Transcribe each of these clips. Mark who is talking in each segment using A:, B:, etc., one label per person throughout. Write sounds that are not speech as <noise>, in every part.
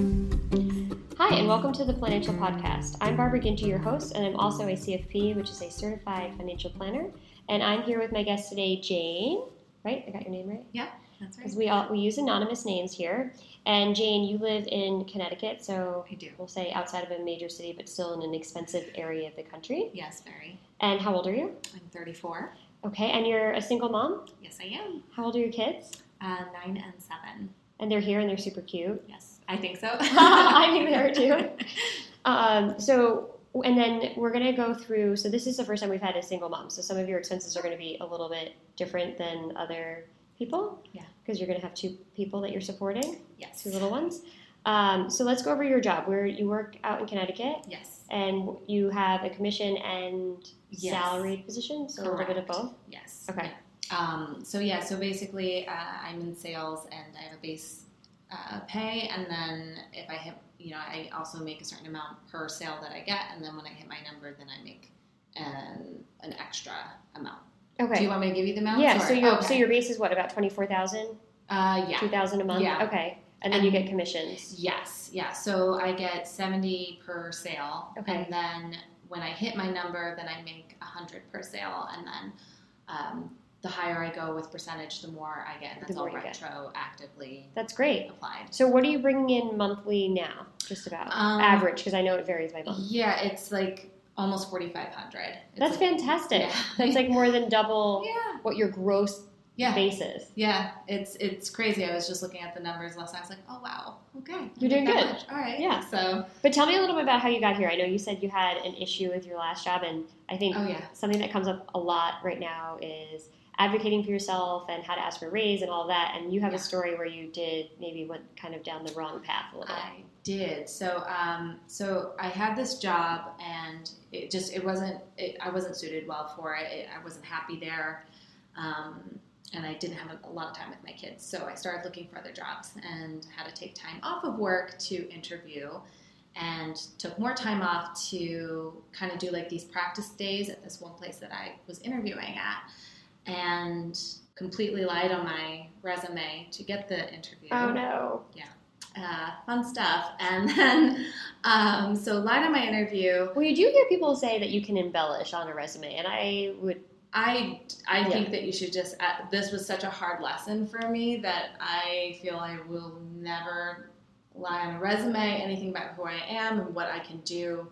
A: Hi, and welcome to the Financial Podcast. I'm Barbara Ginty, your host, and I'm also a CFP, which is a certified financial planner. And I'm here with my guest today, Jane. Right? I got your name right?
B: Yeah, that's right.
A: Because we all we use anonymous names here. And Jane, you live in Connecticut, so
B: I do.
A: we'll say outside of a major city, but still in an expensive area of the country.
B: Yes, very.
A: And how old are you?
B: I'm 34.
A: Okay, and you're a single mom.
B: Yes, I am.
A: How old are your kids?
B: Uh, nine and seven.
A: And they're here, and they're super cute.
B: Yes, I think <laughs> so.
A: <laughs> I think they are too. Um, so, and then we're going to go through. So, this is the first time we've had a single mom. So, some of your expenses are going to be a little bit different than other people.
B: <laughs> Yeah.
A: Because you're going to have two people that you're supporting,
B: Yes.
A: two little ones. Um, so, let's go over your job. Where you work out in Connecticut,
B: Yes.
A: and you have a commission and
B: Yes.
A: salaried position. So, a little bit of
B: Correct.
A: both.
B: Yes.
A: Okay.
B: Yeah. Um, so yeah, so basically, uh, I'm in sales and I have a base uh, pay, and then if I hit, you know, I also make a certain amount per sale that I get, and then when I hit my number, then I make an an extra amount.
A: Okay.
B: Do you want me to give you the amount?
A: yeah. So,
B: Or-
A: your
B: okay.
A: so your base is what about twenty four thousand,
B: uh, yeah.
A: two thousand a month.
B: Yeah.
A: Okay. And then you get commissions.
B: Yes, yeah. So I get 70 per sale.
A: Okay.
B: And then when I hit my number, then I make 100 per sale. And then um, the higher I go with percentage, the more I get. And
A: The
B: that's
A: more
B: all
A: you get.
B: retroactively
A: That's great.
B: applied.
A: So what are you bringing in monthly now? Just about
B: Um,
A: average because I know it varies by month.
B: Yeah, it's like almost 4,500. It's
A: That's
B: like,
A: fantastic.
B: Yeah.
A: That's like more than double
B: <laughs> Yeah.
A: what your gross
B: Yeah.
A: base is.
B: Yeah, it's it's crazy. I was just looking at the numbers last night. I was like, oh wow, okay,
A: You're doing
B: That
A: good.
B: much. All right,
A: Yeah.
B: So
A: But tell me a little bit about how you got here. I know you said you had an issue with your last job, and I think
B: Oh, yeah.
A: something that comes up a lot right now is advocating for yourself and how to ask for a raise and all that. And you have
B: Yeah.
A: a story where you did maybe went kind of down the wrong path a little bit.
B: I did. So, um, so I had this job, and it just it wasn't. It, I wasn't suited well for it. it I wasn't happy there, um, and I didn't have a, a lot of time with my kids. So I started looking for other jobs and had to take time off of work to interview, and took more time off to kind of do like these practice days at this one place that I was interviewing at, and completely lied on my resume to get the interview
A: Oh no!
B: uh, fun stuff. And then, um, so lied on my interview.
A: Well, you do hear people say that you can embellish on a resume, and I would
B: I I think
A: Yeah.
B: that you should just. Uh, this was such a hard lesson for me that I feel I will never lie on a resume. Anything about who I am and what I can do.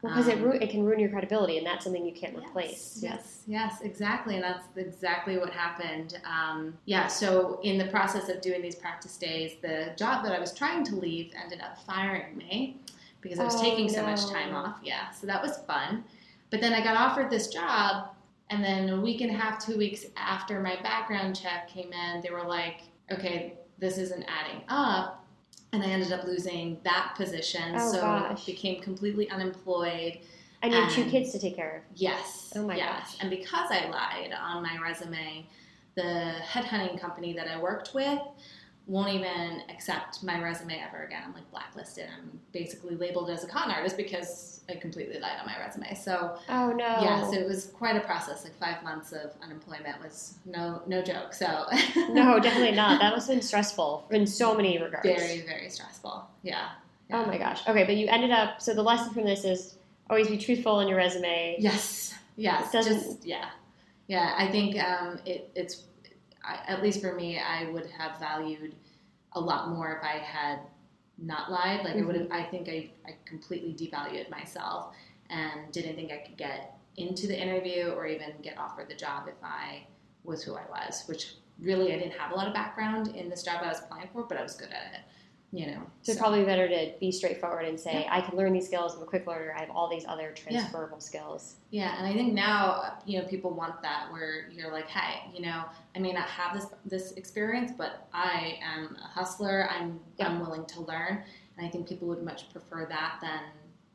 A: Because it,
B: Um,
A: ru- it can ruin your credibility, and that's something you can't
B: Yes,
A: replace.
B: Yes, yes, exactly. And that's exactly what happened. Um, yeah, so in the process of doing these practice days, the job that I was trying to leave ended up firing me because I was
A: Oh,
B: taking so much
A: no.
B: time off. Yeah, so that was fun. But then I got offered this job, and then a week and a half, two weeks after my background check came in, they were like, okay, this isn't adding up. And I ended up losing that position.
A: Oh,
B: so
A: gosh.
B: became completely unemployed.
A: I need two
B: Um,
A: kids to take care
B: Yes.
A: Oh my
B: yes.
A: gosh.
B: And because I lied on my resume, the headhunting company that I worked with won't even accept my resume ever again. I'm like blacklisted. I'm basically labeled as a con artist because I completely lied on my resume. So
A: of. Oh no!
B: yes, <laughs> it was quite a process. Like five months of unemployment was no no joke. So <laughs>
A: no, definitely not. That must have been stressful in so many regards.
B: very very stressful. Yeah.
A: Oh my gosh. Okay, but you ended up. So the lesson from this is always be truthful in your resume.
B: Yes. Yes.
A: It doesn't-
B: Just, yeah. Yeah. I think um, it, it's, I, at least for me, I would have valued a lot more if I had not lied. Like I would
A: Mm-hmm.
B: have, I think I, I completely devalued myself and didn't think I could get into the interview or even get offered the job if I was who I was, which really I didn't have a lot of background in this job I was applying for, but I was good at it. You know,
A: So, it's
B: so-
A: probably better to be straightforward and say, I can learn these skills. I'm a quick learner. I have all these other transferable skills.
B: Yeah, and I think now you know people want that where you're like, hey, you know, I may not have this this experience, but I am a hustler. I'm
A: Yeah.
B: I'm willing to learn, and I think people would much prefer that than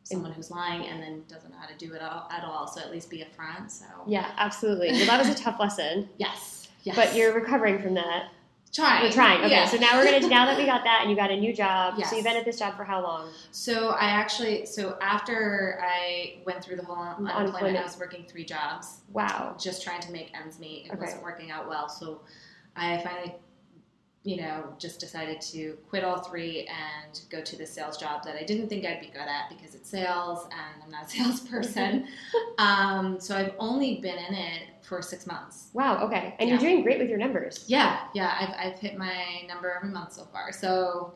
B: someone who's lying and then doesn't know how to do it all, at all. So at least be upfront. So
A: Yeah, absolutely. Well, that was a tough lesson,
B: yes, yes.
A: but you're recovering from that.
B: trying.
A: We're trying. Okay,
B: Yeah.
A: so now we're
B: <laughs>
A: gonna. Now that we got that, and you got a new job.
B: Yes.
A: So you've been at this job for how long?
B: So I actually so after I went through the whole unemployment,
A: Unemployment.
B: I was working three jobs.
A: Wow.
B: just trying to make ends meet. It
A: Okay.
B: wasn't working out well, so I finally, you know, just decided to quit all three and go to the sales job that I didn't think I'd be good at because it's sales and I'm not a <laughs> salesperson. um, so I've only been in it for six months.
A: Wow. Okay, and you're
B: Yeah.
A: doing great with your numbers.
B: Yeah, yeah, I've, I've hit my number every month so far. So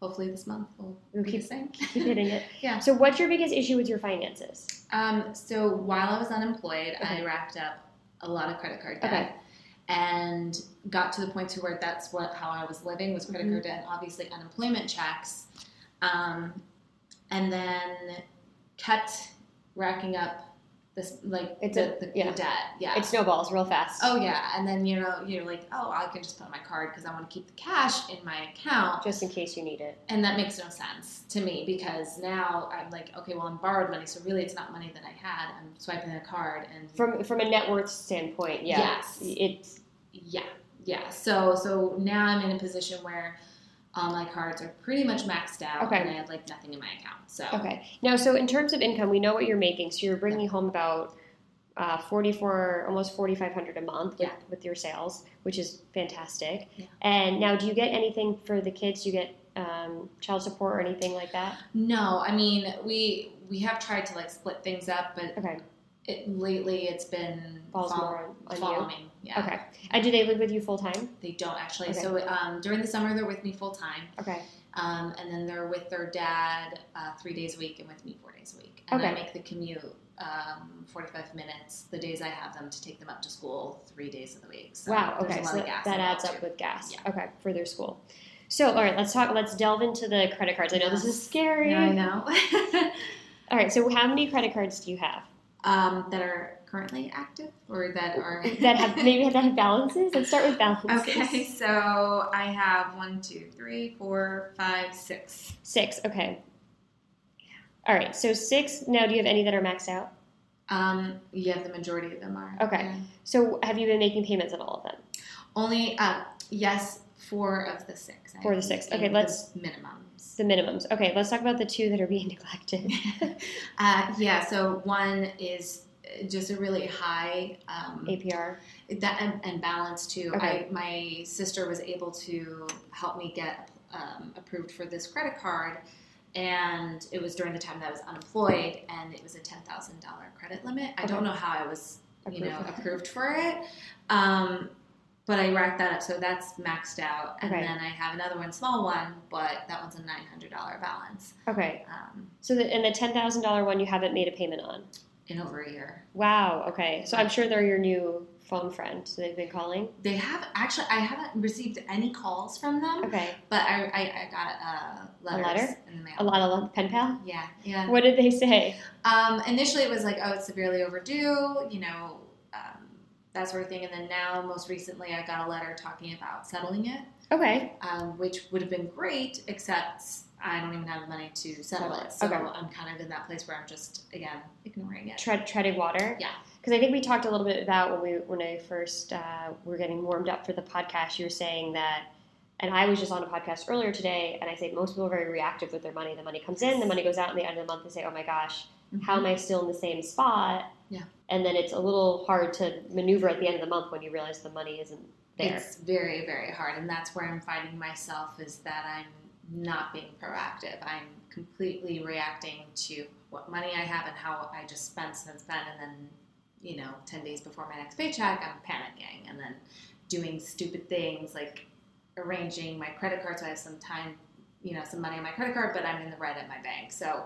B: hopefully this month will
A: We'll
B: be
A: keep-
B: the same.
A: Keep hitting it.
B: <laughs> Yeah.
A: So what's your biggest issue with your finances?
B: Um, so while I was unemployed,
A: Okay.
B: I racked up a lot of credit card debt.
A: Okay.
B: And got to the point to where that's what how I was living was credit
A: Mm-hmm.
B: card debt and obviously unemployment checks, um, and then kept racking up this like
A: It's
B: the,
A: a-
B: the,
A: yeah.
B: the debt. Yeah.
A: It snowballs real fast.
B: oh yeah. And then you know you're like oh I can just put it on my card because I want to keep the cash in my account
A: Just in case you need it.
B: and that makes no sense to me because now I'm like, okay, well, I'm borrowed money, so really it's not money that I had. I'm swiping a card, and
A: From from a net worth standpoint, yeah.
B: Yes.
A: It's
B: yeah, yeah. So, so now I'm in a position where all my cards are pretty much maxed out,
A: Okay.
B: and I have like nothing in my account. So,
A: okay. Now, so in terms of income, we know what you're making. So you're bringing home about uh, 44, almost 4,500 a month with,
B: Yeah.
A: with your sales, which is fantastic.
B: Yeah.
A: And now, do you get anything for the kids? Do you get um, child support or anything like that?
B: no, I mean, we we have tried to like split things up, but
A: Okay.
B: it, lately it's been
A: Falls
B: fall-
A: more on, on you.
B: following. Yeah,
A: Okay. And do they live with you full time?
B: they don't actually.
A: Okay.
B: So um, during the summer they're with me full time.
A: Okay.
B: Um, and then they're with their dad uh, three days a week and with me four days a week. And I
A: Okay.
B: make the commute um, 45 minutes the days I have them to take them up to school three days of the week. So
A: wow.
B: Um, there's
A: Okay.
B: a lot
A: So
B: of gas
A: that adds
B: involved,
A: up
B: too.
A: with gas.
B: Yeah.
A: Okay. For their school. So, all right, let's talk. Let's delve into the credit cards. I know this is scary.
B: Yeah, I know. <laughs>
A: All right, so how many credit cards do you have
B: um, that are currently active or that are.
A: that
B: <laughs>
A: have maybe that have balances? Let's start with balances.
B: Okay, so I have one, two, three, four, five, six.
A: Six. Okay. All right, so six. Now, do you have any that are maxed out?
B: Um, yeah, the majority of them are.
A: Okay.
B: Yeah.
A: So, have you been making payments on all of them?
B: Only, uh, yes, four of the six. I
A: Four of the
B: have
A: six.
B: paid
A: Okay,
B: the
A: let's-
B: minimums.
A: The minimums. Okay, let's talk about the two that are being <laughs>
B: <laughs>
A: neglected.
B: uh, yeah, so one is uh, just a really high um,
A: APR.
B: that and, and balance too.
A: Okay.
B: I, my sister was able to help me get um, approved for this credit card, and it was during the time that I was unemployed, and it was a ten thousand dollar credit limit. I don't
A: Okay.
B: know how I was, you know,
A: Approved for that.
B: approved for it, um, but I racked that up, so that's maxed out. And
A: Okay.
B: then I have another one, small one, but that one's a nine hundred dollar balance
A: Okay.
B: um,
A: So, the, and the ten thousand dollar one you haven't made a payment on.
B: in over a year.
A: Wow. Okay. So I'm sure they're your new phone friend. So they've been calling.
B: They have actually. I haven't received any calls from them,
A: Okay.
B: but I, I, I got uh, letters
A: letter?
B: in the mail.
A: A lot of love, pen pal.
B: Yeah, yeah.
A: What did they say?
B: Um, initially, it was like, oh, it's severely overdue, you know, um, that sort of thing. And then now, most recently, I got a letter talking about settling it,
A: Okay.
B: um, which would have been great, except I don't even have the money to settle it. So
A: Okay.
B: I'm kind of in that place where I'm just again ignoring it.
A: Tread, treaded water.
B: Yeah.
A: because I think we talked a little bit about when we when I first uh, were getting warmed up for the podcast. You were saying that, and I was just on a podcast earlier today, and I say most people are very reactive with their money. The money comes in, the money goes out, and the end of the month they say, "Oh my gosh, how am I still in the same spot?"
B: Mm-hmm. Yeah.
A: and then it's a little hard to maneuver at the end of the month when you realize the money isn't there.
B: It's very, very hard, and that's where I'm finding myself is that I'm not being proactive. I'm completely reacting to what money I have and how I just spent, spent, spent, and then you know, ten days before my next paycheck, I'm panicking and then doing stupid things like arranging my credit card so I have some time, you know, some money on my credit card, but I'm in the red at my bank. So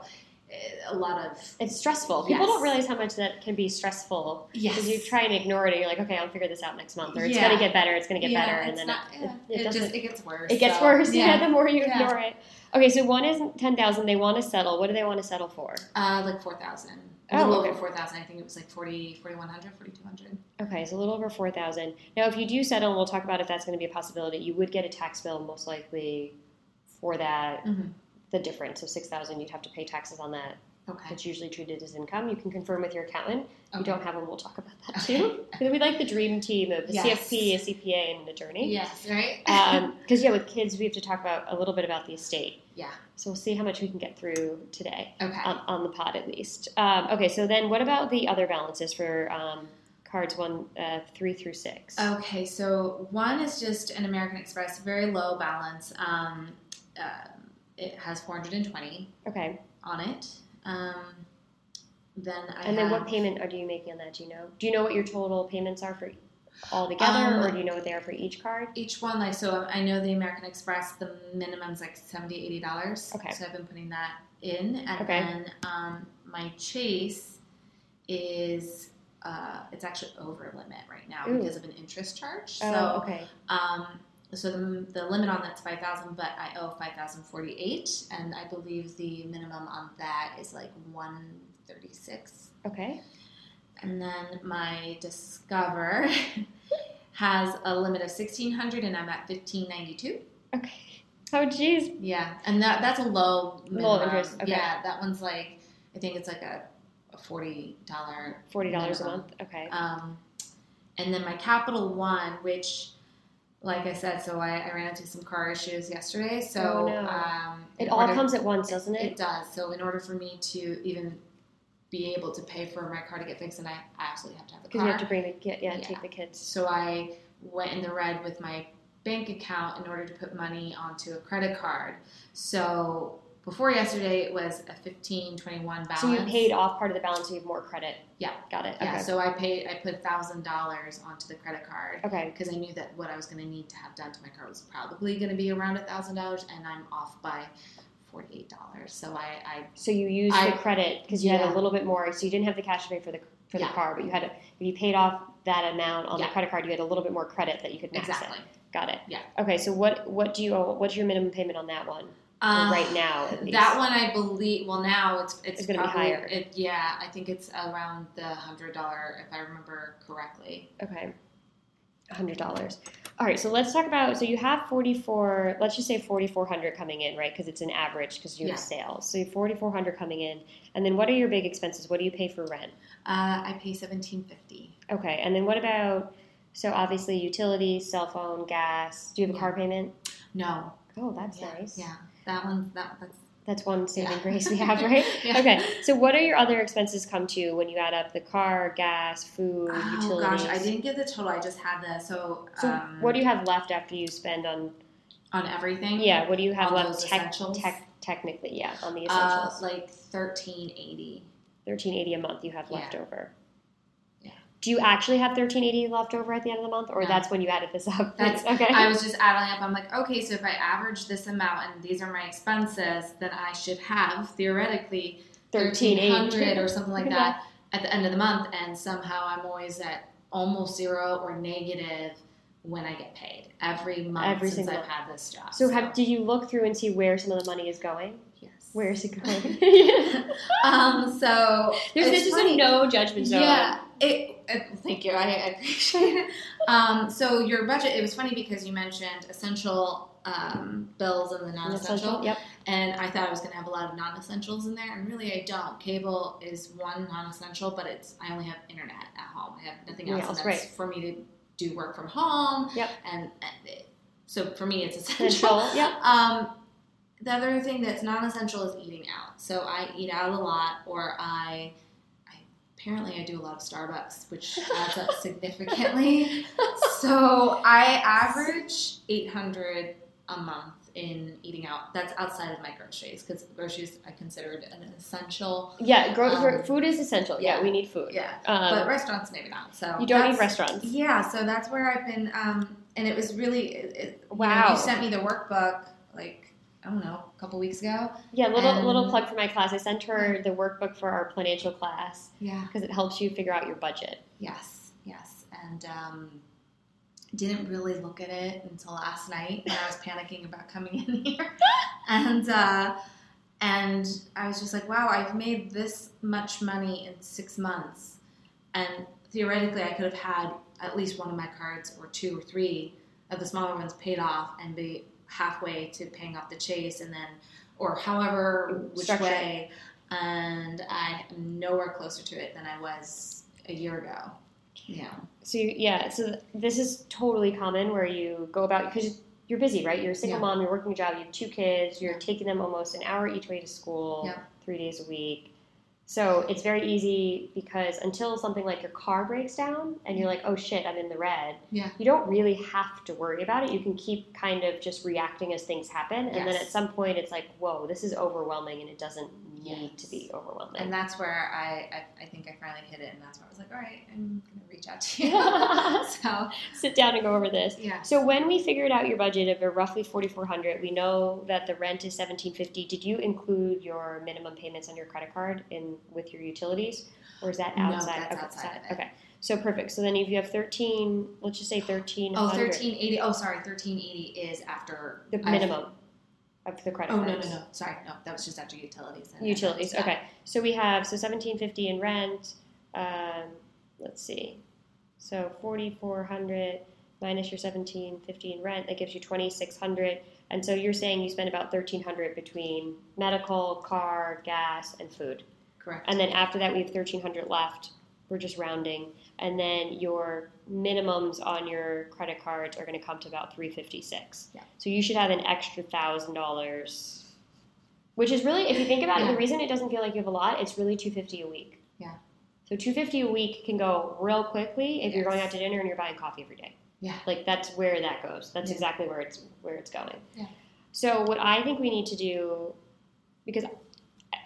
B: eh, a lot of
A: It's stressful. People
B: Yes.
A: don't realize how much that can be stressful because you try and ignore it. and You're like, okay, I'll figure this out next month, or it's
B: Yeah.
A: gonna get better. It's gonna get
B: Yeah,
A: better, and
B: it's
A: then
B: not-
A: it,
B: yeah,
A: it,
B: it,
A: doesn't.
B: just it gets worse.
A: it gets
B: so,
A: worse. <laughs> Yeah. the more you
B: Yeah.
A: ignore it. Okay, so one is ten thousand. They want to settle. What do they want to settle for?
B: Uh, like 4,000.
A: Oh,
B: A little
A: okay.
B: over 4,000. I think it was like 40, 4,100, 4,200.
A: Okay, so a little over four thousand. Now, if you do settle, and we'll talk about if that's going to be a possibility, you would get a tax bill most likely for that
B: Mhm.
A: the difference. So six thousand, you'd have to pay taxes on that.
B: Okay.
A: It's usually treated as income. You can confirm with your accountant. If
B: Okay.
A: you don't have one, we'll talk about that
B: Okay.
A: too. <laughs> Because we like the dream team of a
B: Yes.
A: CFP, a CPA, and an attorney.
B: Yes, right?
A: because
B: <laughs>
A: yeah, with kids, we have to talk about a little bit about the estate.
B: yeah.
A: So we'll see how much we can get through today
B: Okay.
A: on, on the pod, at least. Um, okay, so then what about the other balances for um, cards one, uh, three through six?
B: Okay, so one is just an American Express, very low balance. Um, uh, it has 420
A: Okay,
B: on it. Um, then I
A: and then what
B: have-
A: payment are do you making on that? Do you know? Do you know what your total payments are for all together,
B: Um,
A: or do you know what they are for each card?
B: each one like so i know the american express the minimum's like 70 80 dollars
A: Okay.
B: so i've been putting that in and
A: Okay.
B: then um, my chase is uh, it's actually over limit right now
A: Ooh.
B: because of an interest charge
A: oh,
B: so
A: okay,
B: um, so the, the limit on that's 5000 but i owe 5048 and i believe the minimum on that is like 136
A: okay,
B: and then my Discover <laughs> has a limit of sixteen hundred, and I'm at fifteen ninety two.
A: okay. Oh, geez.
B: Yeah, and that that's a low minimum.
A: Low interest, okay.
B: Yeah, that one's like I think it's like a, a forty dollar
A: Forty dollars a month. Okay.
B: Um, and then my Capital One, which, like I said, so I, I ran into some car issues yesterday. So
A: Oh, no.
B: um,
A: it
B: in
A: all
B: order-
A: comes at once, doesn't
B: it does. So in order for me to even be able to pay for my car to get fixed, and I absolutely have to have the
A: Because
B: car.
A: you have to bring the kid, yeah,
B: Uh, Yeah.
A: take the kids.
B: So I went in the red with my bank account in order to put money onto a credit card. So before yesterday, it was a fifteen twenty one balance.
A: So you paid off part of the balance, so you have more credit.
B: Yeah.
A: Got it. Okay.
B: Yeah. So I paid. I put thousand dollars onto the credit card
A: okay.
B: because I knew that what I was going to need to have done to my car was probably going to be around a thousand dollars, and I'm off by forty eight dollars. So I, I
A: So you used
B: I-
A: the credit because you had
B: Yeah.
A: a little bit more. So you didn't have the cash to pay for the for the
B: Yeah.
A: car, but you had a, if you paid off that amount on the
B: Yeah.
A: credit card, you had a little bit more credit that you could max
B: exactly.
A: it. Got it.
B: Yeah.
A: Okay. So what what do you owe? What's your minimum payment on that one
B: Um,
A: right now? At least?
B: That one, I believe. Well, now it's it's,
A: It's gonna be
B: probably-
A: higher.
B: It, yeah, I think it's around the hundred dollar, if I remember correctly.
A: Okay. Hundred dollars. All right, so let's talk about. So you have forty-four. Let's just say forty-four hundred coming in, right? Because it's an average because you have
B: Yeah.
A: sales. So you have forty-four hundred coming in, and then what are your big expenses? What do you pay for rent?
B: Uh, I pay seventeen fifty.
A: Okay, and then what about? So obviously utilities, cell phone, gas. Do you have a
B: Yeah.
A: car payment?
B: No,
A: Oh, that's
B: yeah,
A: nice.
B: Yeah, that one. That that's
A: That's one saving
B: yeah.
A: grace we have, right?
B: <laughs> Yeah.
A: Okay. So what are your other expenses come to when you add up the car, gas, food,
B: Oh
A: utilities?
B: gosh, I didn't get the total. I just had the so.
A: So
B: um,
A: what do you have left after you spend on
B: on everything?
A: Yeah, what do you have
B: Mm-hmm. On
A: left
B: those
A: tech,
B: essentials?
A: tech, technically? Yeah, on the
B: Uh,
A: essentials.
B: like thirteen eighty.
A: 1380 a month you have
B: yeah.
A: left over.
B: Yeah.
A: Do you actually have 1380 left over at the end of the month or
B: No.
A: that's when you added this up?
B: That's-
A: <laughs> okay.
B: I was just adding up. I'm like, okay, so if I average this amount and these are my expenses, then I should have theoretically 1300 or something like
A: Yeah.
B: that at the end of the month and somehow i'm always at almost zero or negative when i get paid every month
A: Every
B: since
A: single
B: i've had this job
A: <laughs> So have did you look through and see where some of the money is going?
B: yes
A: Where is
B: <laughs>
A: it going?
B: um so
A: There's
B: it's
A: this is
B: funny.
A: a no judgment zone.
B: yeah it, it- thank you I, I appreciate it um so your budget it was funny because you mentioned essential um, bills and the non-essential
A: Yep.
B: and I thought I was going to have a lot of non-essentials in there, and really I don't. Cable is one non-essential, but it's I only have internet at home. I have nothing else,
A: Yeah,
B: and
A: that's
B: that's
A: right.
B: for me to do work from home.
A: Yep.
B: And, and it- so for me, it's essential.
A: Essential. Yep.
B: <laughs> Um, the other thing that's non-essential is eating out. So I eat out a lot, or I, I apparently I do a lot of Starbucks, which
A: <laughs>
B: adds up significantly. So I average eight hundred a month in eating out. That's outside of my groceries because groceries I considered an essential.
A: Yeah, gro-
B: Um,
A: for- food is essential. Yeah, we need food.
B: Yeah,
A: Um,
B: but restaurants maybe not. So
A: you don't
B: that's-
A: need restaurants.
B: Yeah, so that's where I've been. Um, and it was really it, it- you know,
A: Wow.
B: you sent me the workbook like I don't know a couple weeks ago.
A: Yeah, little
B: And-
A: little plug for my class. I sent her the workbook for our financial class
B: Yeah.
A: because it helps you figure out your budget.
B: Yes. Yes. And um, didn't really look at it until last night when I was panicking about coming in here, and uh, and I was just like, wow, I've made this much money in six months, and theoretically I could have had at least one of my cards or two or three of the smaller ones paid off and be halfway to paying off the chase and then or however which
A: Structure.
B: way and I am nowhere closer to it than I was a year ago. Yeah.
A: So you, yeah, so th- this is totally common where you go about because you're busy, right? You're a single
B: Yeah.
A: mom, you're working a job, you have two kids, you're
B: Yeah.
A: taking them almost an hour each way to school,
B: Yeah.
A: three days a week. So it's very easy because until something like your car breaks down and you're like, oh shit, I'm in the red,
B: Yeah.
A: you don't really have to worry about it. You can keep kind of just reacting as things happen. And then
B: Yes.
A: at some point, it's like, whoa, this is overwhelming and it doesn't need
B: Yes.
A: to be overwhelming.
B: And that's where I, I, I think I finally hit it, and that's where I was like, all right, I'm gonna reach out to you.
A: <laughs>
B: <laughs> so
A: Sit down and go over this.
B: yeah,
A: So when we figured out your budget of a roughly forty four hundred, we know that the rent is seventeen fifty. Did you include your minimum payments on your credit card in with your utilities, or is that
B: No,
A: outside?
B: that's
A: okay,
B: outside of it.
A: Okay, so perfect. So then if you have thirteen, let's just say thirteen
B: oh,
A: hundred,
B: 1380. Oh, sorry, 1380 is after
A: the
B: I-
A: minimum of the credit
B: oh
A: card.
B: no, no, no, sorry, no, that was just after utilities. and-
A: Utilities.
B: Yeah.
A: Okay, so we have so seventeen fifty in rent. Um, let's see, so forty four hundred minus your seventeen fifty in rent that gives you twenty six hundred. And so you're saying you spend about thirteen hundred between medical, car, gas, and food.
B: correct.
A: And then after that, we have thirteen hundred left. We're just rounding, and then your minimums on your credit cards are going to come to about three fifty six.
B: Yeah.
A: So you should have an extra thousand dollars, which is really, if you think about it, the
B: Yeah.
A: reason it doesn't feel like you have a lot, it's really two fifty a week.
B: Yeah.
A: So two fifty a week can go real quickly if you're
B: Yes.
A: going out to dinner and you're buying coffee every day.
B: yeah,
A: Like that's where that goes. That's
B: Yeah.
A: exactly where it's where it's going.
B: Yeah.
A: So what I think we need to do, because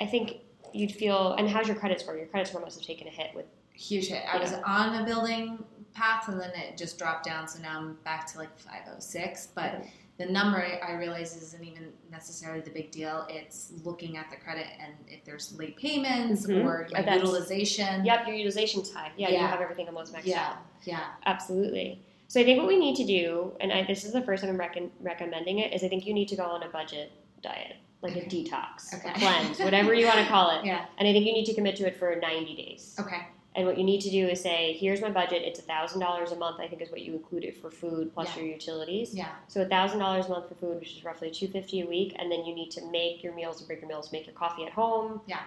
A: I think you'd feel. And how's your credit score? Your credit score must have taken a hit with.
B: huge hit. I was on a building path, and then it just dropped down, so now I'm back to like 506. But
A: Mm-hmm.
B: the number I- I realize isn't even necessarily the big deal. It's looking at the credit and if there's late payments
A: Mhm.
B: or
A: Yeah,
B: like,
A: that's-
B: utilization.
A: Yep, your utilization's high. Yeah, you
B: Yeah.
A: have everything almost maxed out.
B: Yeah. Yeah.
A: Absolutely. So I think what we need to do, and I, this is the first time I'm recon- recommending it, is I think you need to go on a budget diet, like a
B: Okay.
A: detox,
B: Okay.
A: a cleanse, whatever you
B: <laughs>
A: want to call it.
B: Yeah.
A: And I think you need to commit to it for 90 days.
B: Okay.
A: And what you need to do is say, here's my budget. It's $1,000 a month, I think is what you included for food plus
B: Yeah.
A: your utilities.
B: Yeah.
A: So $1,000 a month for food, which is roughly 250 a week. And then you need to make your meals and break your meals, make your coffee at home.
B: Yeah.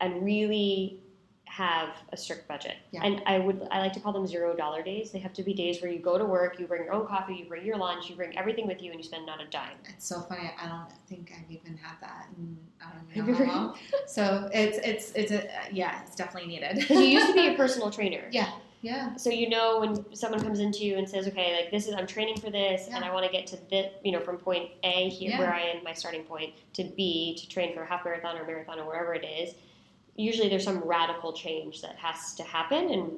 A: And really have a strict budget.
B: Yeah.
A: And I would, I like to call them zero dollar days. They have to be days where you go to work, you bring your own coffee, you bring your lunch, you bring everything with you, and you spend not a dime.
B: It's so funny. I don't think I've even had that in I
A: Have
B: don't
A: you
B: even know
A: ever-
B: how long. So it's it's it's a yeah. It's definitely needed.
A: Because you
B: <laughs>
A: used to be a personal trainer.
B: yeah. Yeah.
A: so you know when someone comes into you and says okay like this is i'm training for this and
B: Yeah.
A: i want to get to this you know from point a here
B: Yeah.
A: where i am my starting point to b to train for a half marathon or marathon or wherever it is usually there's some radical change that has to happen and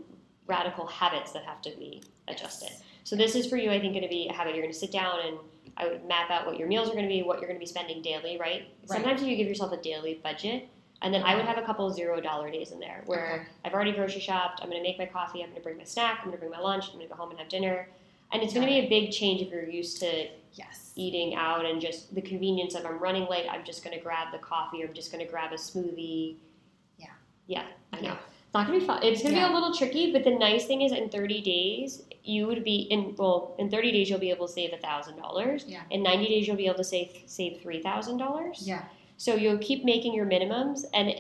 A: radical habits that have to be adjusted so this is for you i think going to be a habit you're going to sit down and i would map out what your meals are going to be what you're going to be spending daily right, sometimes you give yourself a daily budget and then I would have a couple zero dollar days in there where
B: Okay.
A: I've already grocery shopped. I'm going to make my coffee. I'm going to bring my snack. I'm going to bring my lunch. I'm going to go home and have dinner. And it's going to
B: Got
A: be a big change if you're used to
B: Yes.
A: eating out and just the convenience of I'm running late. I'm just going to grab the coffee. I'm just going to grab a smoothie.
B: Yeah.
A: Yeah, I know.
B: Yeah.
A: It's not going to be fun. It's going to be a
B: Yeah.
A: little tricky, but the nice thing is in 30 days, you would be in, well, in 30 days, you'll be able to save $1,000.
B: Yeah.
A: In 90 days, you'll be able to save, save $3,000.
B: Yeah.
A: So you'll keep making your minimums, and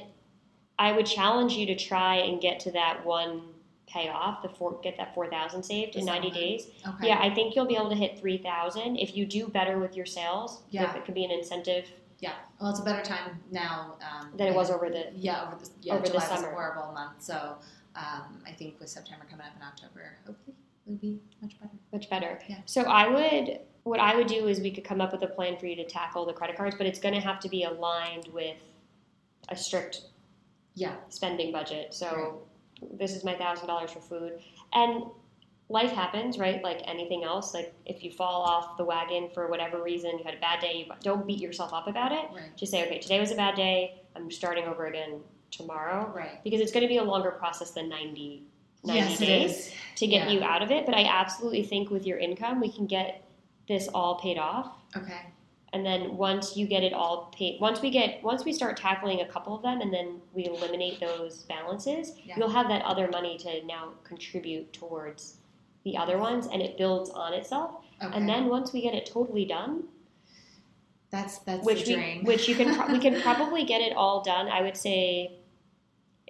A: I would challenge you to try and get to that one payoff, the four, get that four thousand saved in
B: The
A: ninety
B: settlement.
A: days.
B: Okay.
A: Yeah, I think you'll be able to hit three thousand if you do better with your sales.
B: Yeah.
A: if it could be an incentive.
B: Yeah. Well, it's a better time now um,
A: Than it was
B: and-
A: over the-
B: yeah over the yeah
A: over the
B: July was
A: summer.
B: a horrible month. So um, I think with September coming up in October, hopefully would be much better.
A: Much better.
B: Yeah.
A: So I would, what I would do is we could come up with a plan for you to tackle the credit cards, but it's going to have to be aligned with a strict
B: Yeah.
A: spending budget. So this is my thousand dollars for food. And life happens, right? Like anything else. Like if you fall off the wagon for whatever reason, you had a bad day, you don't beat yourself up about it.
B: Right.
A: Just say, okay, today was a bad day. I'm starting over again tomorrow.
B: Right.
A: Because it's going to be a longer process than 90, 90
B: Yes, it
A: days
B: is.
A: to get
B: Yeah.
A: you out of it. But I absolutely think with your income, we can get this all paid off.
B: Okay.
A: And then once you get it all paid, once we get, once we start tackling a couple of them, and then we eliminate those balances,
B: Yeah.
A: you'll have that other money to now contribute towards the other ones, and it builds on itself.
B: Okay.
A: And then once we get it totally done,
B: that's that's
A: which
B: the
A: we,
B: dream.
A: which you can, pro- we
B: <laughs>
A: can probably get it all done. I would say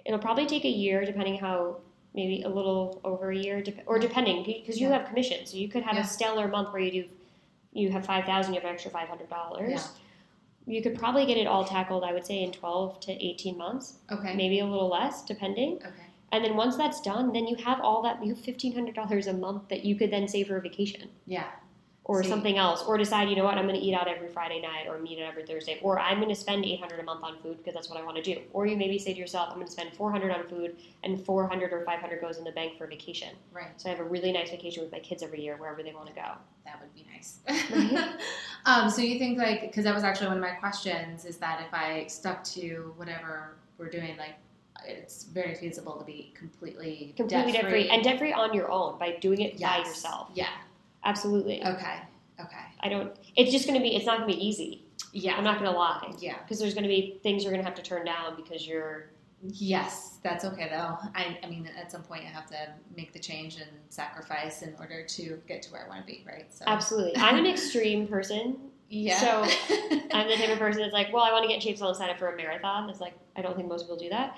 A: it'll probably take a year, depending how maybe a little over a year, dep- or depending because you
B: Yeah.
A: have commissions, so you could have
B: Yeah.
A: a stellar month where you do, you have five thousand, you have an extra five hundred dollars
B: yeah.
A: you could probably get it all tackled i would say in 12 to 18 months
B: Okay.
A: maybe a little less depending
B: Okay.
A: and then once that's done then you have all that you have $1500 a month that you could then save for a vacation
B: Yeah.
A: or
B: See.
A: something else or decide you know what i'm going to eat out every friday night or meet out every thursday or i'm going to spend 800 a month on food because that's what i want to do or you maybe say to yourself i'm going to spend 400 on food and 400 or 500 goes in the bank for vacation
B: Right.
A: so i have a really nice vacation with my kids every year wherever they want to go
B: That would be nice. <laughs> um, so you think like because that was actually one of my questions is that if I stuck to whatever we're doing, like it's very feasible to be completely
A: completely debt
B: debt-free.
A: free and debt free on your own by doing it by
B: Yes.
A: yourself
B: Yeah.
A: absolutely
B: Okay. Okay.
A: I don't. It's just going to be. It's not going to be easy.
B: Yeah.
A: I'm not going to lie.
B: yeah.
A: Because there's going to be things you're going to have to turn down because you're.
B: Yes, that's okay though. I, I mean, at some point, I have to make the change and sacrifice in order to get to where I want to be, right? So
A: Absolutely. I'm an extreme person.
B: Yeah. <laughs>
A: So, I'm the type of person that's like, well, I want to get in shape, so I'll sign up for a marathon. It's like I don't think most people do that.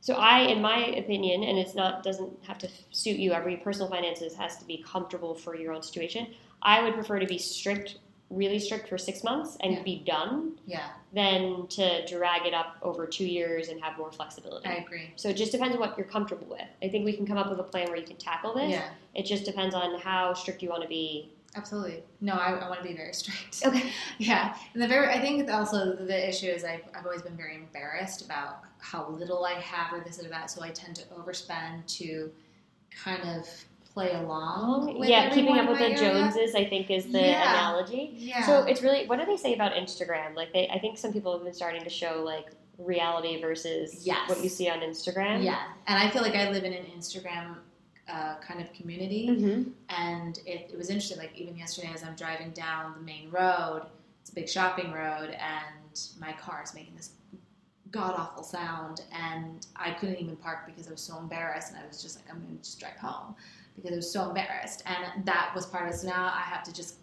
A: So I, in my opinion, and it's not doesn't have to suit you. Every personal finances has to be comfortable for your own situation. I would prefer to be strict, really strict for six months and
B: Yeah.
A: be done,
B: yeah,
A: than to drag it up over two years and have more flexibility.
B: I agree.
A: So it just depends on what you're comfortable with. I think we can come up with a plan where you can tackle this.
B: Yeah,
A: It just depends on how strict you want to be.
B: absolutely. No, I, I want to be very <laughs> strict.
A: Okay.
B: Yeah, and the very I think also the issue is I've, I've always been very embarrassed about how little I have or this or that, so I tend to overspend to kind of play along. With
A: yeah, keeping
B: everyone
A: up
B: in
A: with
B: my
A: the
B: area.
A: Joneses, I think, is the
B: Yeah.
A: analogy.
B: Yeah.
A: So it's really what do they say about Instagram? Like they, I think some people have been starting to show like reality versus
B: Yes.
A: what you see on Instagram.
B: Yeah, and I feel like I live in an Instagram uh, kind of community,
A: Mm-hmm.
B: and it, it was interesting. Like even yesterday, as I'm driving down the main road, it's a big shopping road, and my car is making this god awful sound, and I couldn't even park because I was so embarrassed, and I was just like, I'm gonna just drive home because I was so embarrassed, and that was part of it. So now I have to just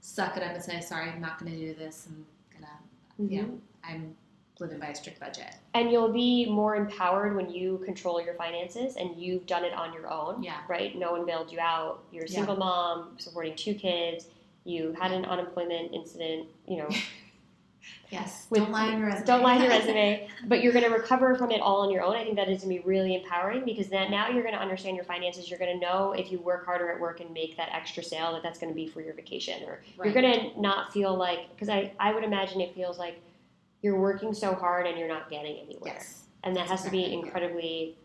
B: suck it up and say, sorry, I'm not gonna do this. I'm gonna, you
A: Mm-hmm.
B: know, I'm living by a strict budget.
A: And you'll be more empowered when you control your finances and you've done it on your own.
B: Yeah.
A: Right? No one bailed you out. You're a
B: Yeah.
A: single mom, supporting two kids. You had an unemployment incident. You know,
B: Yes.
A: With-
B: don't lie on your resume.
A: Don't
B: <laughs>
A: lie to your resume, but you're going to recover from it all on your own. I think that is going to be really empowering because then now you're going to understand your finances. You're going to know if you work harder at work and make that extra sale that that's going to be for your vacation, or
B: Right.
A: you're going to not feel like because I I would imagine it feels like you're working so hard and you're not getting anywhere,
B: Yes.
A: and that has
B: That's
A: to be
B: exactly it.
A: incredibly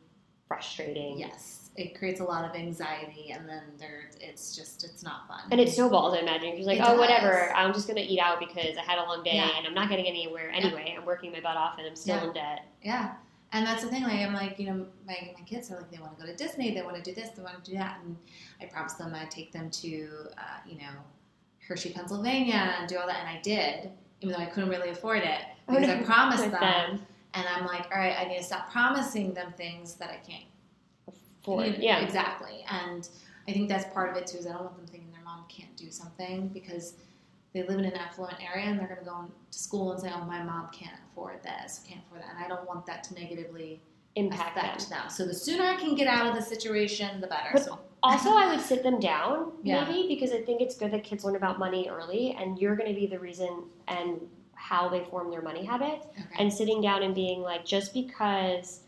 A: frustrating.
B: Yes. It creates a lot of anxiety, and then there, it's just, it's not fun.
A: And it snowballs, I imagine. Because like,
B: It
A: oh, whatever,
B: does.
A: I'm just gonna eat out because I had a long day
B: Yeah.
A: and I'm not getting anywhere anyway. I'm working my butt off and I'm still
B: Yeah.
A: in debt.
B: yeah. And that's the thing. Like I'm like, you know, my, my kids are like, they want to go to Disney, they want to do this, they want to do that, and I promised them I'd take them to, uh, you know, Hershey, Pennsylvania, and do all that, and I did, even though I couldn't really afford it
A: Oh,
B: because
A: no.
B: I promised
A: With
B: them,
A: them.
B: and I'm like, all right, I need to stop promising them things that I can't
A: for
B: You know,
A: yeah
B: exactly. And I think that's part of it too. Is I don't want them thinking their mom can't do something because they live in an affluent area and they're going to go to school and say, "Oh, my mom can't afford this, can't afford that," and I don't want that to negatively
A: impact them.
B: affect them. So the sooner I can get out of the situation, the better.
A: But
B: so,
A: Also, I
B: <laughs>
A: would sit them down
B: Yeah.
A: maybe because I think it's good that kids learn about money early, and you're going to be the reason and how they form their money habits.
B: okay.
A: And sitting down and being like, just because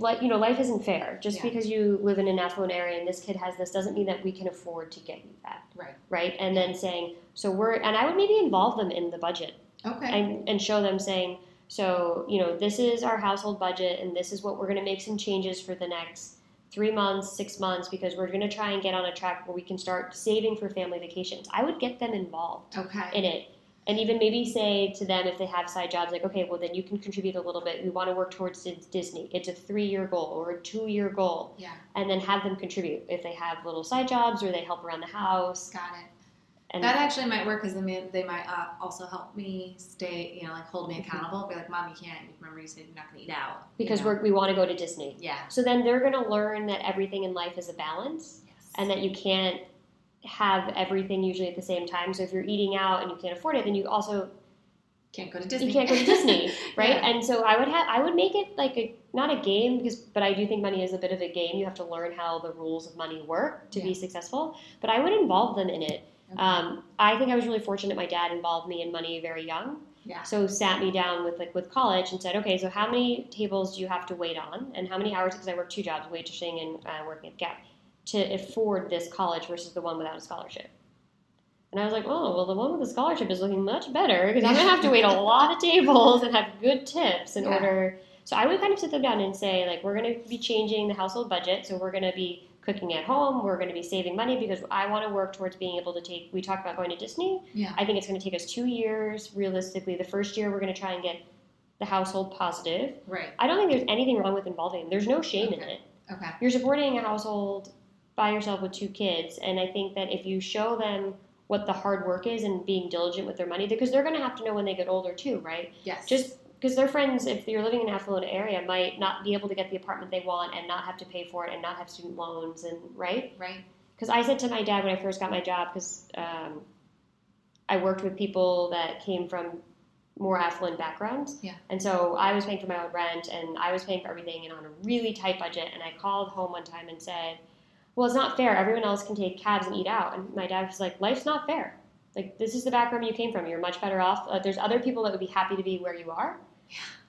A: like you know life isn't fair just
B: Yeah.
A: because you live in an affluent area and this kid has this doesn't mean that we can afford to get you that
B: Right.
A: right and then saying so we're and i would maybe involve them in the budget
B: Okay.
A: and, and show them saying so you know this is our household budget and this is what we're going to make some changes for the next three months six months because we're going to try and get on a track where we can start saving for family vacations i would get them involved
B: okay.
A: in it. And even maybe say to them if they have side jobs, like, okay, well, then you can contribute a little bit. We want to work towards Dis- Disney. It's a three year goal or a two year goal.
B: yeah.
A: And then have them contribute if they have little side jobs or they help around the house.
B: Got it.
A: And
B: That actually might work because they may, they might uh, also help me stay, you know, like hold me accountable. Be like, mom, you can't. Remember, you said you're not going to eat out you
A: Mm-hmm. because
B: know?
A: we're, we want to go to Disney.
B: yeah.
A: So then they're going to learn that everything in life is a balance
B: Yes.
A: and that you can't have everything usually at the same time. So if you're eating out and you can't afford it, then you also
B: can't go to Disney.
A: you can't go to Disney, right?
B: Yeah.
A: And so I would have I would make it like a not a game because but I do think money is a bit of a game. You have to learn how the rules of money work to be
B: Yeah.
A: successful. But I would involve them in it.
B: Okay.
A: Um, I think I was really fortunate. My dad involved me in money very young,
B: yeah.
A: so sat me down with like with college and said, okay, so how many tables do you have to wait on, and how many hours because I worked two jobs, waitressing and uh, working at Gap, to afford this college versus the one without a scholarship. And I was like, oh, well, the one with the scholarship is looking much better because I'm gonna have to wait a
B: <laughs>
A: lot of tables and have good tips in
B: Yeah.
A: order. So I would kind of sit them down and say, like, we're gonna be changing the household budget, so we're gonna be cooking at home, we're gonna be saving money because I want to work towards being able to take. We talked about going to Disney.
B: <laughs> Yeah.
A: I think it's going to take us two years realistically. The first year, we're going to try and get the household positive.
B: Right.
A: I don't think there's anything wrong with involving them. There's no shame in
B: Okay.
A: it.
B: Okay.
A: You're supporting a household by yourself with two kids, and I think that if you show them what the hard work is and being diligent with their money, because they're going to have to know when they get older too, right?
B: Yes.
A: Just because their friends, if you're living in an affluent area, might not be able to get the apartment they want and not have to pay for it and not have student loans and right
B: right.
A: because I said to my dad when I first got my job, because um, I worked with people that came from more affluent backgrounds,
B: Yeah.
A: and so I was paying for my own rent and I was paying for everything and on a really tight budget. And I called home one time and said, "Well, it's not fair. Everyone else can take cabs and eat out." And my dad was like, "Life's not fair. Like this is the background you came from. You're much better off. Uh, there's other people that would be happy to be where you are."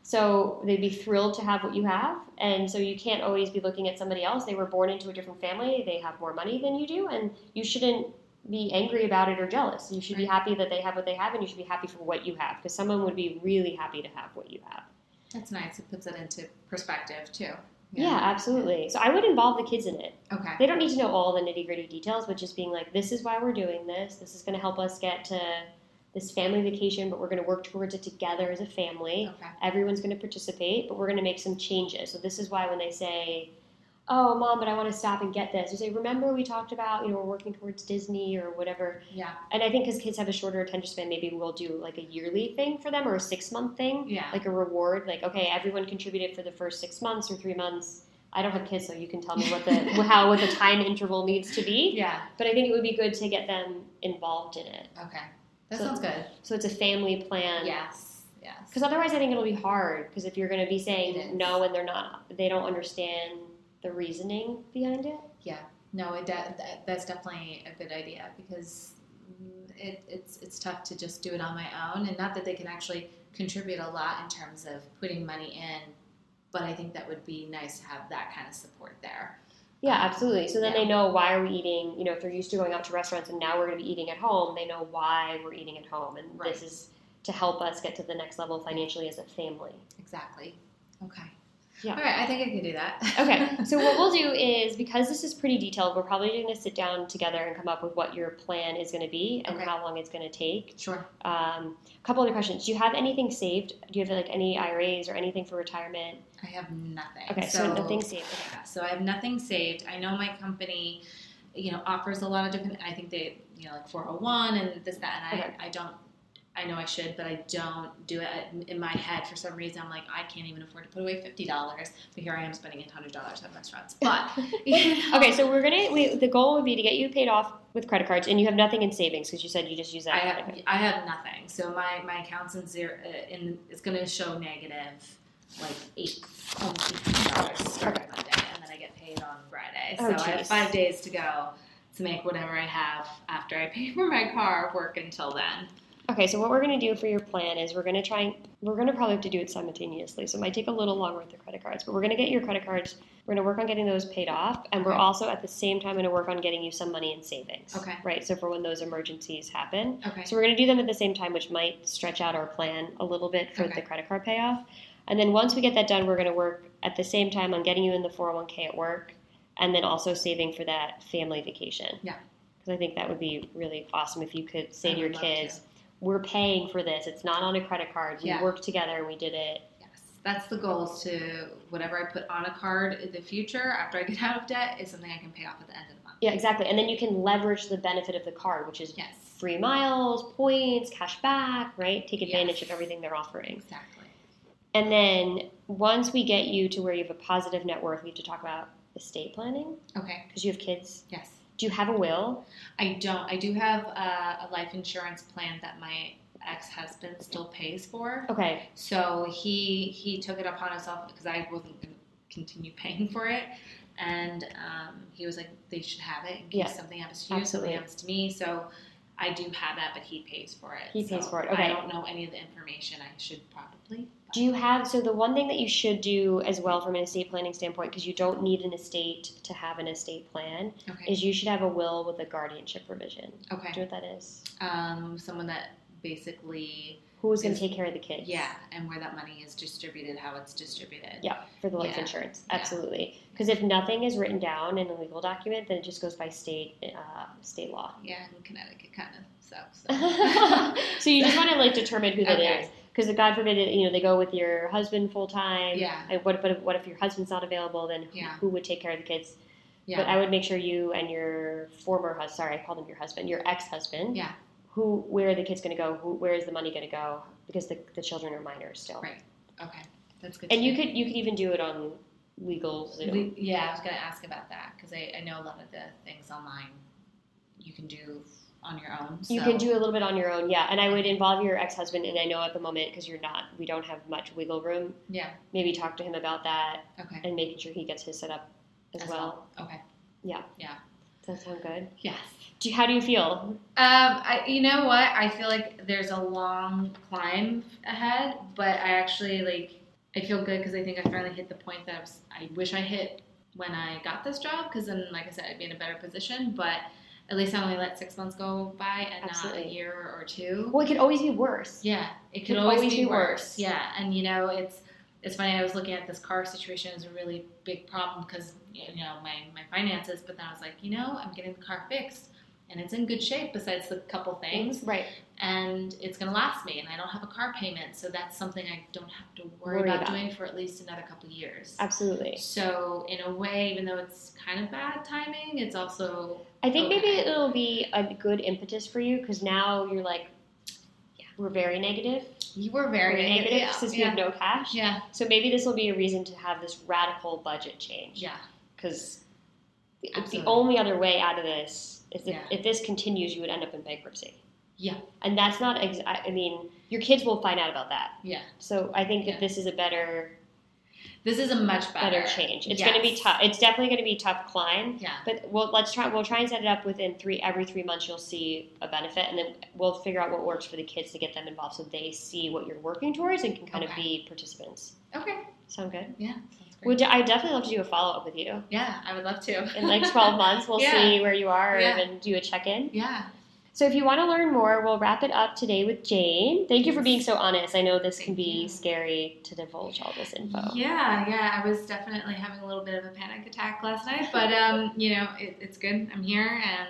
A: So they'd be thrilled to have what you have. And so you can't always be looking at somebody else. They were born into a different family, they have more money than you do, and you shouldn't be angry about it or jealous. You should be happy that they have what they have, and you should be happy for what you have, because someone would be really happy to have what you have.
B: That's nice. It puts it into perspective too.
A: Yeah, absolutely. So I would involve the kids in it.
B: Okay.
A: They don't need to know all the nitty gritty details, but just being like, this is why we're doing this, this is going to help us get to this family vacation, but we're going to work towards it together as a family.
B: Okay.
A: everyone's going to participate, but we're going to make some changes. So this is why when they say, "Oh, mom, but I want to stop and get this," you say, "Remember we talked about you know we're working towards Disney or whatever."
B: Yeah.
A: And I think because kids have a shorter attention span, maybe we'll do like a yearly thing for them or a six month thing,
B: Yeah.
A: like a reward. Like, okay, everyone contributed for the first six months or three months. I don't have kids, so you can tell me
B: <laughs>
A: what the how what the time interval needs to be.
B: Yeah.
A: But I think it would be good to get them involved in it.
B: Okay. That
A: So-
B: sounds good.
A: So it's a family plan.
B: Yes. Yes.
A: Because otherwise, I think it'll be hard. Because if you're going to be
B: It is.
A: saying no and they're not, they don't understand the reasoning behind it.
B: Yeah, no, it de- that, that's definitely a good idea because mm, it, it's it's tough to just do it on my own, and not that they can actually contribute a lot in terms of putting money in, but I think that would be nice to have that kind of support there.
A: Yeah, absolutely. So then
B: Uh-huh. Yeah.
A: they know why are we eating. You know, if they're used to going out to restaurants and now we're going to be eating at home, they know why we're eating at home, and
B: Right.
A: this is to help us get to the next level financially as a family.
B: Exactly. Okay.
A: Yeah.
B: All right, I think I can do that.
A: Okay, <laughs> so
B: <laughs>
A: what we'll do is because this is pretty detailed, we're probably going to sit down together and come up with what your plan is going to be and
B: Okay.
A: how long it's going to take.
B: sure.
A: Um, a couple other questions. Do you have anything saved? Do you have like any IRAs or anything for retirement?
B: I have nothing.
A: Okay, so, nothing saved. Okay.
B: Yeah, so I have nothing saved. I know my company, you know, offers a lot of different. I think they, you know, like four hundred one and this that, and I,
A: Okay.
B: I don't. I know I should, but I don't do it. In my head, for some reason, I'm like, I can't even afford to put away fifty dollars, but here I am spending hundred dollars at restaurants. But <laughs> you know,
A: Okay, so we're gonna. We, the goal would be to get you paid off with credit cards, and you have nothing in savings because you said you just use that.
B: I
A: credit
B: have
A: card.
B: I have nothing. So my my account's in zero, uh, in it's going to show negative, like eight almost eighteen dollars starting Monday, and then I get paid on Friday.
A: Oh,
B: so I have
A: geez.
B: five <laughs> days to go to make whatever I have after I pay for my car work until then.
A: Okay, so what we're going to do for your plan is we're going to try, we're going to probably have to do it simultaneously. So it might take a little longer with the credit cards, but we're going to get your credit cards, we're going to work on getting those paid off. And we're also at the same time going to work on getting you some money in savings.
B: Okay.
A: Right, so for when those emergencies happen.
B: Okay.
A: So we're going to do them at the same time, which might stretch out our plan a little bit for
B: Okay.
A: the credit card payoff. And then once we get that done, we're going to work at the same time on getting you in the 401k at work and then also saving for that family vacation.
B: Yeah.
A: Because I think that would be really awesome if you could say
B: I
A: to your
B: would love to.
A: kids, we're paying for this. It's not on a credit card. We
B: Yeah.
A: worked together and we did it.
B: Yes, that's the goal. Is to whatever I put on a card in the future after I get <laughs> out of debt is something I can pay off at the end of the month.
A: Yeah, exactly. And then you can leverage the benefit of the card, which is
B: Yes.
A: free miles, points, cash back, right? Take advantage
B: Yes.
A: of everything they're offering.
B: Exactly.
A: And then once we get you to where you have a positive net worth, we have to talk about estate planning
B: Okay.
A: because you have kids.
B: Yes.
A: Do you have a will?
B: I don't. I do have a, a life insurance plan that my ex-husband still pays for.
A: Okay.
B: So he he took it upon himself because I wasn't going to continue <laughs> paying for it, and um, he was like, they should have it in case
A: Yeah.
B: something happens to you,
A: Absolutely.
B: something happens to me. So I do have that, but he pays for it.
A: He pays
B: So
A: for it.
B: I
A: Okay.
B: don't know any of the information. I should probably. but-
A: Do you have so the one thing that you should do as well from an estate planning standpoint because you don't need an estate to have an estate plan
B: Okay.
A: is you should have a will with a guardianship provision. Do
B: Okay.
A: you know what that is?
B: Um, someone that basically,
A: Who's going
B: Is-
A: to take care of the kids?
B: yeah, and where that money is distributed, how it's distributed.
A: Yeah, for the life
B: Yeah.
A: insurance,
B: Yeah.
A: absolutely. Because if nothing is written down in a legal document, then it just goes by state uh, state law.
B: Yeah, in Connecticut, kind of sucks.
A: <laughs> so you just want to like determine who that is.
B: Okay.
A: Because God forbid, you know, they go with your husband full time.
B: Yeah.
A: And what, but if- what if your husband's not available? Then who,
B: Yeah.
A: who would take care of the kids?
B: yeah.
A: But I would make sure you and your former husband, sorry, I called him your husband, your ex husband.
B: Yeah.
A: Who, where are the kids going to go? Who, where is the money going to go? Because the, the children are minors still.
B: Right. Okay. That's good. to
A: And you
B: know.
A: could, you could even do it on legal Zoom.
B: We, yeah, I was going to ask about that because I, I know a lot of the things online you can do on your own.
A: You
B: so-
A: can do a little bit on your own, yeah. And I would involve your ex husband, and I know at the moment because you're not, we don't have much wiggle room.
B: Yeah.
A: Maybe talk to him about that
B: Okay.
A: and making sure he gets his set up as,
B: As
A: well.
B: Okay.
A: Yeah.
B: Yeah.
A: Does that sound good?
B: Yes.
A: Do you, how do you feel?
B: Um, I, you know what? I feel like there's a long climb ahead, but I actually like I feel good because I think I finally hit the point that I, was, I wish I hit when I got this job because then, like I said, I'd be in a better position. But at least I only let six months go by and not
A: Absolutely.
B: a year or two.
A: Well, it could always be worse.
B: Yeah, it could always, be, worse. Yeah, and you know, it's it's funny. I was looking at this car situation as a really big problem because you know my my finances, but then I was like, you know, I'm getting the car fixed. And it's in good shape, besides the couple things,
A: Right.
B: and it's gonna last me. And I don't have a car payment, so that's something I don't have to worry,
A: Worry
B: about,
A: about.
B: doing for at least another couple years.
A: Absolutely.
B: So, in a way, even though it's kind of bad timing, it's also
A: I think maybe
B: Okay.
A: it'll be a good impetus for you because now you're like, yeah, we're very negative.
B: you were
A: Very
B: very
A: negative
B: Yeah,
A: since we
B: yeah.
A: have no cash.
B: yeah,
A: So maybe this will be a reason to have this radical budget change.
B: yeah,
A: because the, the
B: Absolutely.
A: only other way out of this is if,
B: Yeah.
A: if this continues, you would end up in bankruptcy.
B: yeah,
A: And that's not, ex- I I mean, your kids will find out about that.
B: yeah.
A: So I think
B: Yeah.
A: that this is a better,
B: This is a much better
A: better, change. It's going to be
B: Yes.
A: tough. It's definitely going to be a tough climb.
B: Yeah.
A: But we'll let's try. We'll try and set it up within three every three months. You'll see a benefit, and then we'll figure out what works for the kids to get them involved, so they see what you're working towards and can kind of
B: Okay.
A: be participants.
B: Okay.
A: Sound good?
B: Yeah. Sounds great.
A: Would I would definitely love to do a follow up with you
B: yeah, I would love to.
A: in
B: <laughs>
A: like twelve months? We'll
B: Yeah.
A: see where you are
B: Yeah.
A: and do a check in.
B: Yeah.
A: So if you want to learn more, we'll wrap it up today with Jane. Thank you for being so honest. I know this can be
B: Thank you.
A: scary to divulge all this info.
B: Yeah, yeah. I was definitely having a little bit of a panic attack last night, but um, you know, it, it's good. I'm here and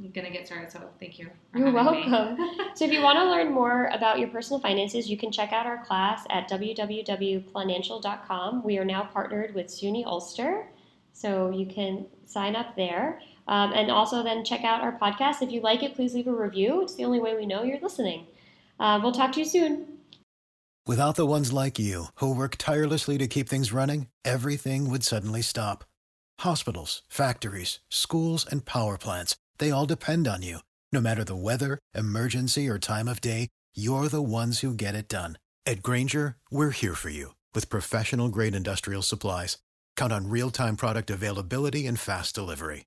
B: I'm gonna get started. So thank you. for
A: You're
B: having me. <laughs>
A: welcome. so if you want to learn more about your personal finances, you can check out our class at www.planancial.com. We are now partnered with SUNY Ulster, so you can sign up there. Um, and also then check out our podcast. If you like it, please leave a review. It's the only way we know you're listening. Uh, we'll talk to you soon.
C: Without the ones like you, who work tirelessly to keep things running, everything would suddenly stop. Hospitals, factories, schools, and power plants, they all depend on you. No matter the weather, emergency, or time of day, you're the ones who get it done. At Granger, we're here for you with professional grade industrial supplies. Count on real time product availability and fast delivery.